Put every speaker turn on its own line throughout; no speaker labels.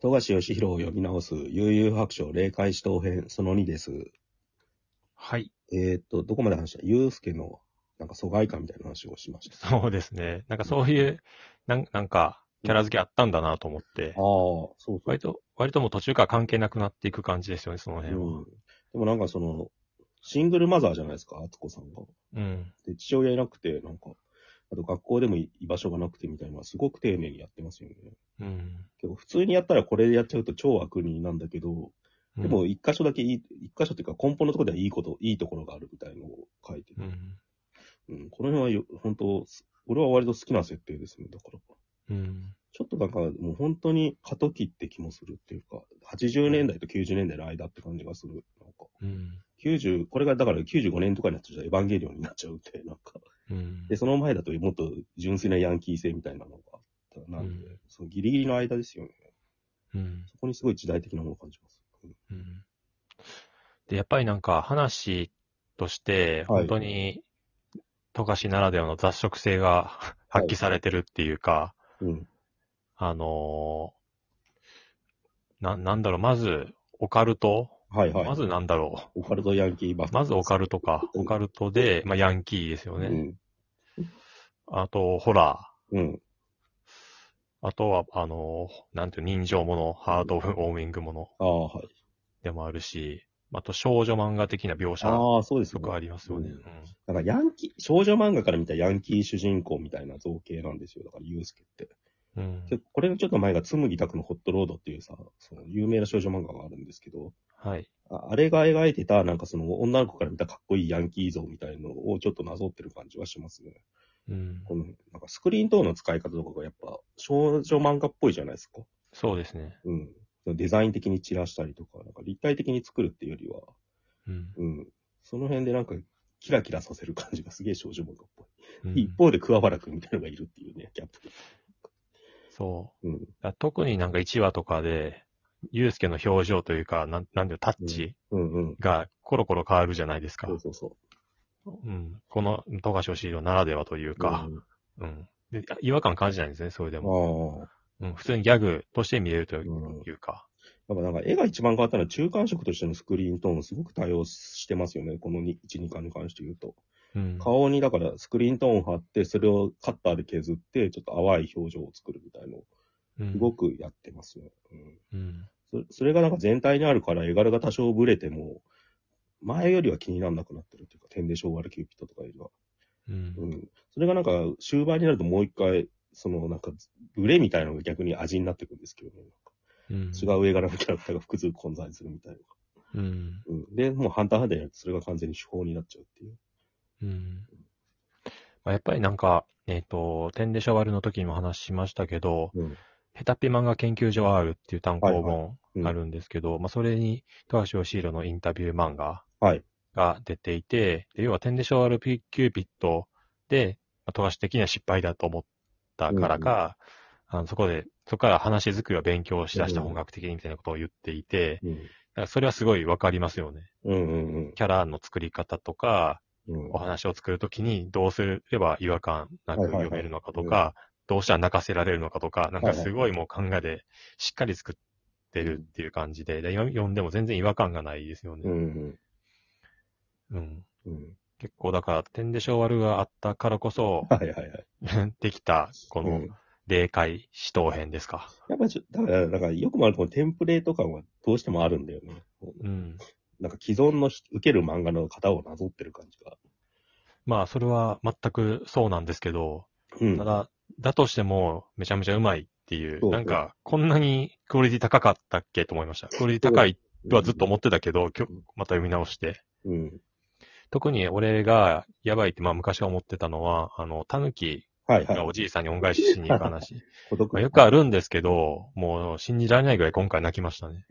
富樫義弘を読み直す、悠々白書霊界死闘編、その2です。
はい。
えーっと、どこまで話したゆうすけの、なんか疎外感みたいな話をしました。
そうですね。なんかそういう、なんなんか、キャラ付けあったんだなと思って
ああ、、そうそう。
割と、割ともう途中から関係なくなっていく感じですよね、その
う
辺は。
ん。でもなんかその、シングルマザーじゃないですか、あつこさんが。
うん。
で、父親いなくて、なんか、あと学校でもい居場所がなくてみたいな、すごく丁寧にやってますよね。
うん。
けど普通にやったらこれでやっちゃうと超悪人なんだけど、
うん
でも、一箇所だけいい、一箇所っていうか根本のところではいいこと、いいところがあるみたいのを書いてて
うん。
うん、この辺はよ本当、す俺は割と好きな設定ですね、だから。
うん。
ちょっとなんか、もう本当に過渡期って気もするっていうか、80年代と90年代の間って感じがする。なんか、
うん。
90、これがだから95年とかになっちゃうとエヴァンゲリオンになっちゃうって、なんか。
うん
で、その前だともっと純粋なヤンキー性みたいなのがあったなんで、
うん
そうギリギリの間ですよね。
うん。
そこにすごい時代的なものを感じます。うん
うんで、やっぱりなんか話として、
はい
本当に、富樫ならではの雑食性が 発揮されてるっていうか、
うん。
あのーな、なんだろう、まず、オカルト、
はいはい。
まずなんだろ
オカルトヤンキーバ
う。まずオカ
ル
ルトか。
うん
オカルトで、まあ、ヤンキーですよ
ト
ね。あと、ホラ
うん。うん。
ー。あとは、あのー、なんていう、人情もの、ハードウォーミングもの
ああ、はい。
でもあるし、あと少女漫画的な描写
ああ、そうです
と
よね
かありますよね。
う
うんん
なんかヤンキー、少女漫画から見たヤンキー主人公みたいな造形なんですよ。だから、ユースケって。
うん
でこれのちょっと前が、つむぎたくのホットロードっていうさ、その有名な少女漫画があるんですけど、
はい。
ああれが描いてた、なんかその女の子から見たかっこいいヤンキー像みたいのをちょっとなぞってる感じはしますね。
うん
この、なんかスクリーン等の使い方とかがやっぱ少女漫画っぽいじゃないですか。
そうですね。
うん。デザイン的に散らしたりとか、なんか立体的に作るっていうよりは、
うん。
うん。その辺でなんか、キラキラさせる感じがすげえ少女漫画っぽい。
うん
一方で桑原くんみたいなのがいるっていうね、ギャップ。
そう
うん。
だから特になんか1話とかで、ゆうすけの表情というか、なん、なんだよ、タッチ
うんうん。
がコロコロ変わるじゃないですか。
そうそうそ
うん。この、富樫義弘ならではという
う。
か、
うん
うん。で、あ違和感感じないんですね、それでも。
ああ。
うん。普通にギャグとして見えるとい
うん
うか。
やっぱなんか絵が一番変わったのは中間色としてのスクリーントーンすごく対応してますよね。この1、2巻に関して言うと。
うん。
顔にだからスクリーントーンを貼って、それをカッターで削って、ちょっと淡い表情を作るみたいのを
うん
すごくやってますね。うん。
うん。
そそれがなんか全体にあるから絵柄が多少ブレても、前よりは気にならなくなってるっていうか、天で昭和でキューピットとかよりは。
うん
う。ん。それがなんか、終盤になるともう一回、そのなんか、ブレみたいなのが逆に味になってくるんですけどね。
うん。
違う絵柄のキャラクターが複数混在するみたいな。
うん。
うん。で、もうハンターハンターやるとそれが完全に手法になっちゃうっていう。
うん。まあ、やっぱりなんか、えっ、と、天でショワルの時にも話しましたけど、
うん。
ヘタピ漫画研究所 R っていう単行本
うん
あるんですけど、まあそれに、富樫義弘のインタビュー漫画
はい
が出ていて、で要は、天でショワルピキューピットで、まあ、富樫的には失敗だと思ったからか、あのそこで、そこから話作りを勉強しだした
うん
本格的にみたいなことを言っていて、
うん。
だからそれはすごいわかりますよね。
うんうん
キャラの作り方とか、
うん。うん
お話を作るときにどうすれば違和感なく
はいはいはい
読めるのかとか、どうしたら泣かせられるのかとか、なんかすごいもう考えでしっかり作ってるっていう感じで、で今読んでも全然違和感がないですよ
うん
ね。
うん
うん。
うん。、
結構だから、点で小悪があったからこそ
はいはいはい。
できた、こ
う
の
ん、
霊界死闘編ですか。
やっぱちょ、だから、だからよくもあるこのテンプレート感はどうしてもあるんだよね。
うん。
なんか既存のひ受ける漫画の型をなぞってる感じが。
まあ、それは全くそうなんですけど、
うん。
ただ、だとしても、めちゃめちゃうまいってい
そう
う、なんか、こんなにクオリティ高かったっけと思いました。クオリティ高いとはずっと思ってたけど、今日また読み直して。
うん。
特に俺がやばいって、まあ昔は思ってたのは、あの、タヌキ
はいは
が
い。
おじいさんに恩返ししに行く話。
孤独
まあよくあるんですけど、もう信じられないぐらい今回泣きましたね。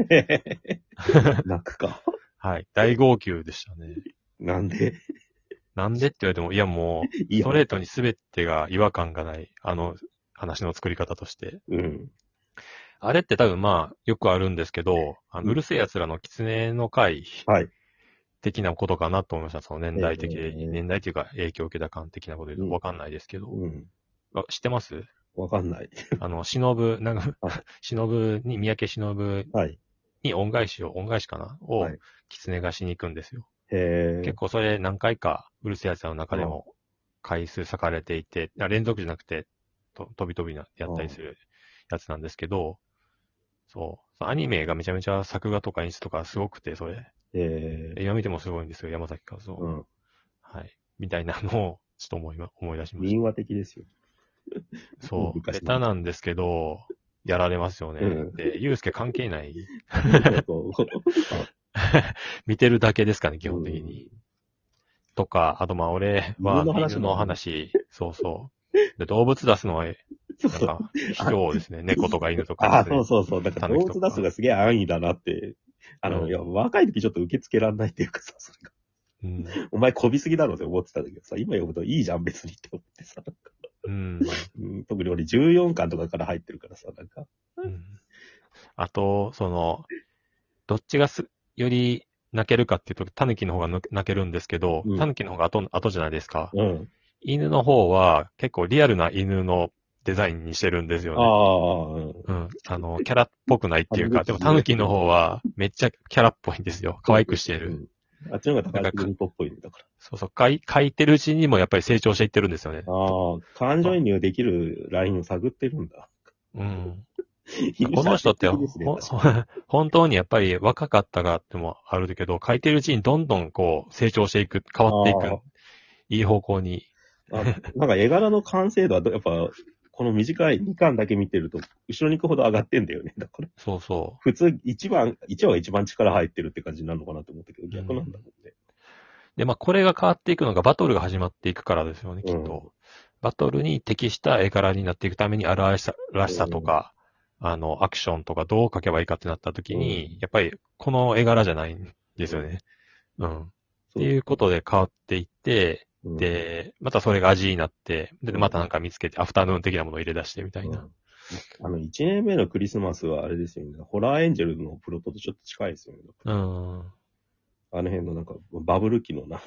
泣くか。
はい。大号泣でしたね。
なんで
なんでって言われても、いやもう、
い
ス
や
トレートに全てが違和感がない、あの、話の作り方として。
うん。
あれって多分まあ、よくあるんですけど、あ
うん
のうるせえ奴らの狐の会
はい。
的なことかなと思いました。その年代的、
ええ
年代というか影響を受けた感的なことで言う
うん
とわかんないですけど。
うん。
あ知ってます
わかんない。
あの、忍、なんか
あ、
忍に、三宅忍
はい。
に恩返しを、恩返しかなを
はい、
狐がしに行くんですよ。
へえ
結。構それ何回か、うるせえやつらの中でも、回数割かれていて、あ連続じゃなくて、と飛び飛びなやったりするやつなんですけど、そう。そのアニメがめちゃめちゃ作画とか演出とかすごくて、それ。
ええ。
今見てもすごいんですよ、山崎和夫。
うん。
はい。みたいなのを、ちょっと思いま、思い出しまし
民話的ですよ。
た。そう。
昔の
下手なんですけど、やられますよね。
うん
で、ゆうすけ関係ない。
こ
見てるだけですかね、基本的に。とか、あとまあ俺は
犬の話
犬の話、そうそう。で、動物出すのは、なん
うそうそう。
か、卑怯ですね。猫とか犬と
あ
か
あ、
です
そ
ね、
うそうそう。だから動
狸とか
物出すがすげえ安易だなって。あの、
うん
いや、若い時ちょっと受け付けらんないっていうかさ、それが
うん。
お前こびすぎだろって思ってたんだけどさ、今読むといいじゃん別にって思ってさ、なんか
うん。
うん特に俺14巻とかから入ってるからさ、なんか。
うんあと、その、どっちがす、より泣けるかっていうと、タヌキの方がの泣けるんですけど
うん、
タヌキの方が後、後じゃないですか。
うん。
犬の方は結構リアルな犬のデザインにしてるんですよ
あ
ね。
あ、うん。
うん。あの、キャラっぽくないっていう
あ
か、でもタヌキの方はめっちゃキャラっぽいんですよ。可愛くして
う
る。
んあっちの方が高い国っぽいんだから。
そうそう。かい書いてるうちにもやっぱり成長していってるんですよね。
ああ、感情移入できるラインを探ってるんだ。
うん。この人って、
犬社会的ですね
ほん
確か
本当にやっぱり若かったがってもあるけど、書いてるうちにどんどんこう成長していく、変わってい
あー
く、いい方向に。
あなんか絵柄の完成度はど、やっぱ、この短い2巻だけ見てると、後ろに行くほど上がってんだよね。だから、
そうそ
普通一番、一話が一番力入ってるって感じになるのかなと思ったけど、逆なんだもんね。
う。で、まあこれが変わっていくのがバトルが始まっていくからですよね、きっ
う
と。バトルに適した絵柄になっていくために荒々しさらしさとか、あの、アクションとかどう描けばいいかってなった時
うん
に、やっぱりこの絵柄じゃないんですよね。うん。っ
そ
て
う
いうことで変わっていって、
うん、
で、またそれが味になって、で、
うん
またなんか見つけて、アフタヌーン的なものを入れ出してみたいな。
あの、1年目のクリスマスはあれですよね。ホラーエンジェルのプロトとちょっと近いですよね。
うん。
あの辺のなんか、バブル期のなんか、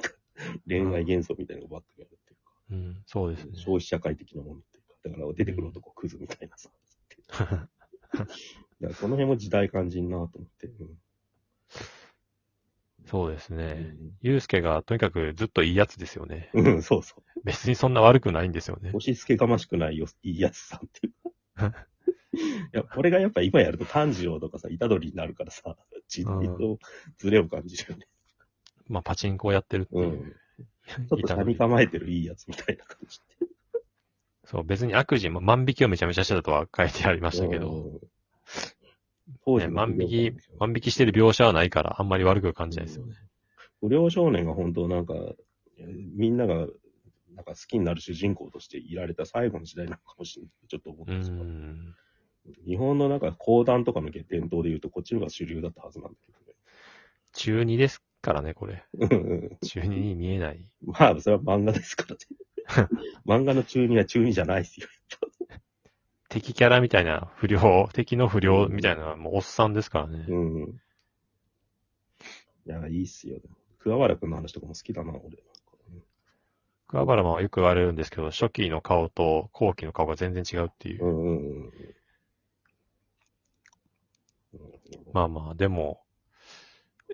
恋愛幻想みたいなのがバックにあるっていうか、
うん、そうですね。
消費社会的なものっていうか、だから出てくる男クズみたいなさ。だからその辺も時代感じんなと思って。うん
そうですね。ゆうすけがとにかくずっといいやつですよね。
うん、うんそうそう。
別にそんな悪くないんですよね。
押し付けがましくないよ、いいやつさんっていうか。いや、これがやっぱ今やると炭治郎とかさ、虎杖になるからさ、時代とズレを感じるよね。
まあ、パチンコをやってるって
う
い
ん。
う。
ちょっと
板
噛
の
み構えてるいいやつみたいな感じで。
そう、別に悪事も万引きをめちゃめちゃしてたとは書いてありましたけど、
うん。当
ね、
時の
万引き、万引きしてる描写はないから、あんまり悪く感じないですよね。
不良少年が本当なんか、みんなが、なんか好きになる主人公としていられた最後の時代なのかもしれない。ちょっと思っ
う
てしまう。
ん。
日本のなんか講談とかの伝統で言うと、こっちの方が主流だったはずなんだ
中2ですからね、これ。
けどね。うんうん
中2に見えない。
まあ、それは漫画ですからね。 漫画の中二は中二じゃないですよ。
敵キャラみたいな不良、敵の不良みたいな、もうおっさんですからね。
うん。いや、いいっすよ。桑原くんの話とかも好きだな、俺。
桑原もよく言われるんですけど、初期の顔と後期の顔が全然違うっていう
う。んうんうん。
まあまあ、でも、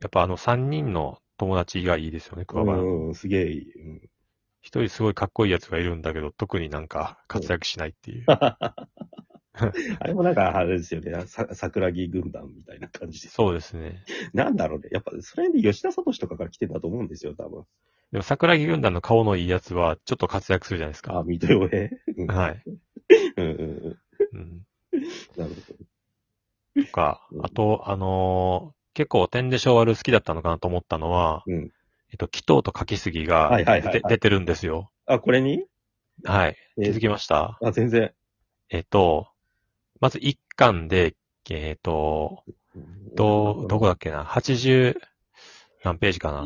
やっぱあの3人の友達がいいですよね、桑
う
原。
んうん、すげえいい。うん
一、人すごいかっこいいやつがいるんだけど、特になんか活躍しないっていう。
あれもなんか、あれですよね。さ桜木軍団みたいな感じで。
そうですね。
なんだろうね。やっぱ、それで吉田聡とかから来てたと思うんですよ、多分。
でも桜木軍団の顔のいいやつは、ちょっと活躍するじゃないです
あ、
か。
水戸洋平。うん
はい。
うんうん
うん。
うん。なるほ
とか、あと、あのー結構天で昭和ル好きだったのかなと思ったのは、
うん
えっと、祈祷と書きすぎが
はいはい
出
はいはい
て出てるんですよ。
ど。あ、これに
はい。
えー
気づきました
あ、全然。
えっと、まず1巻で、えっと、どう、どこだっけな、80何ページかな。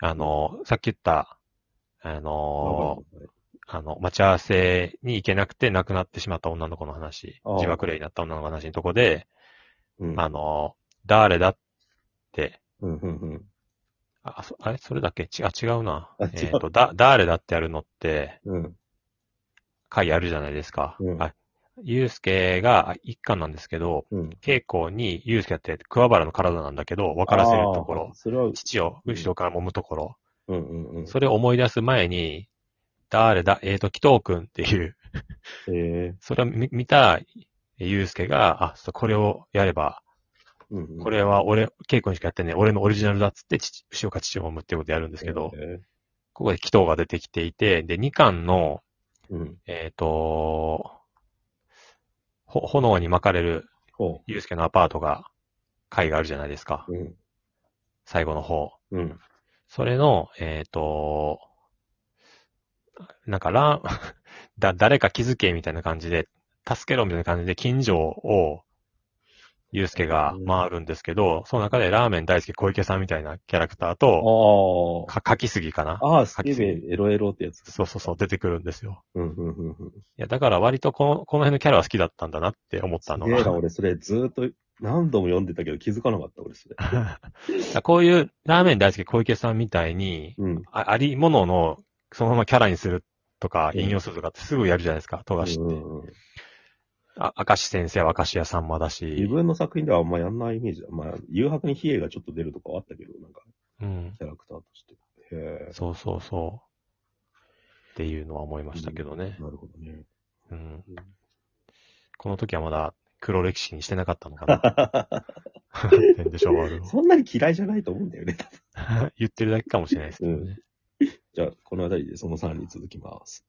あの、さっき言った、あの、あの、待ち合わせに行けなくて亡くなってしまった女の子の話
あー、
自爆霊になった女の子の話のとこで、
うん
あの、誰だって、
うんうんうん。
あ、そあれそれだっけちあ、違うな
あ違う。
えっと、だ、誰だってやるのって、
うん。
回あるじゃないですか。
うん
あゆうすけがあ一巻なんですけど、
うん。
稽古にゆうすけって桑原の体なんだけど、分からせるとこ
あ
ろ
ー。それは、
父を後ろから揉むところ。
うんうんうん。
それを思い出す前に、誰だ、えーと、紀藤くんっていう、
え
それを見見たゆうすけが、あ、そうこれをやれば、
ーうんうん
これは俺、稽古にしかやってねえ、俺のオリジナルだっつって、父、後ろから父を揉むっていうことやるんですけど、
え
ここで紀藤が出てきていて、で、2巻の、
ーうん。
えっ、と、ほ、炎に巻かれる
ほ
ゆうすけのアパートが、回があるじゃないですか。
う。うん。
最後の方。
うん。
それの、えっ、と、なんか、ラン、 だ、誰か気づけみたいな感じで、助けろみたいな感じで近所を、ゆうすけが回るんですけど、その中でラーメン大好き小池さんみたいなキャラクターと、
あ
か、かきすぎかな
あ。ああ、スケベエロエロってやつ。
そうそうそう、出てくるんですよ。
うんうんうんうん。
いや、だから割とこの、この辺のキャラは好きだったんだなって思ったの
すげえな
が。
俺それずーっと何度も読んでたけど気づかなかった、俺そ れ。
こういうラーメン大好き小池さんみたいに、
うん。
あありものの、そのままキャラにするとか、引用するとかってすぐやるじゃないですか、富樫
うんう
って。
んうん
あ、明石先生は明石家さんまだ
自
し、
分の作品ではあんまやんないイメージだ。まあ、誘白に比叡がちょっと出るとかはあったけど、なんか、
うん。
キャラクターとして。へえ。
そうそうそう。っていうのは思いましたけどね。
なるほ どね。
うん
うん。
この時はまだ黒歴史にしてなかったのか な。全でしょう 悪を
そんなに嫌いじゃないと思うんだよね。
言ってるだけかもしれないですけどね。
じゃあ、このあたりでその3に続きます。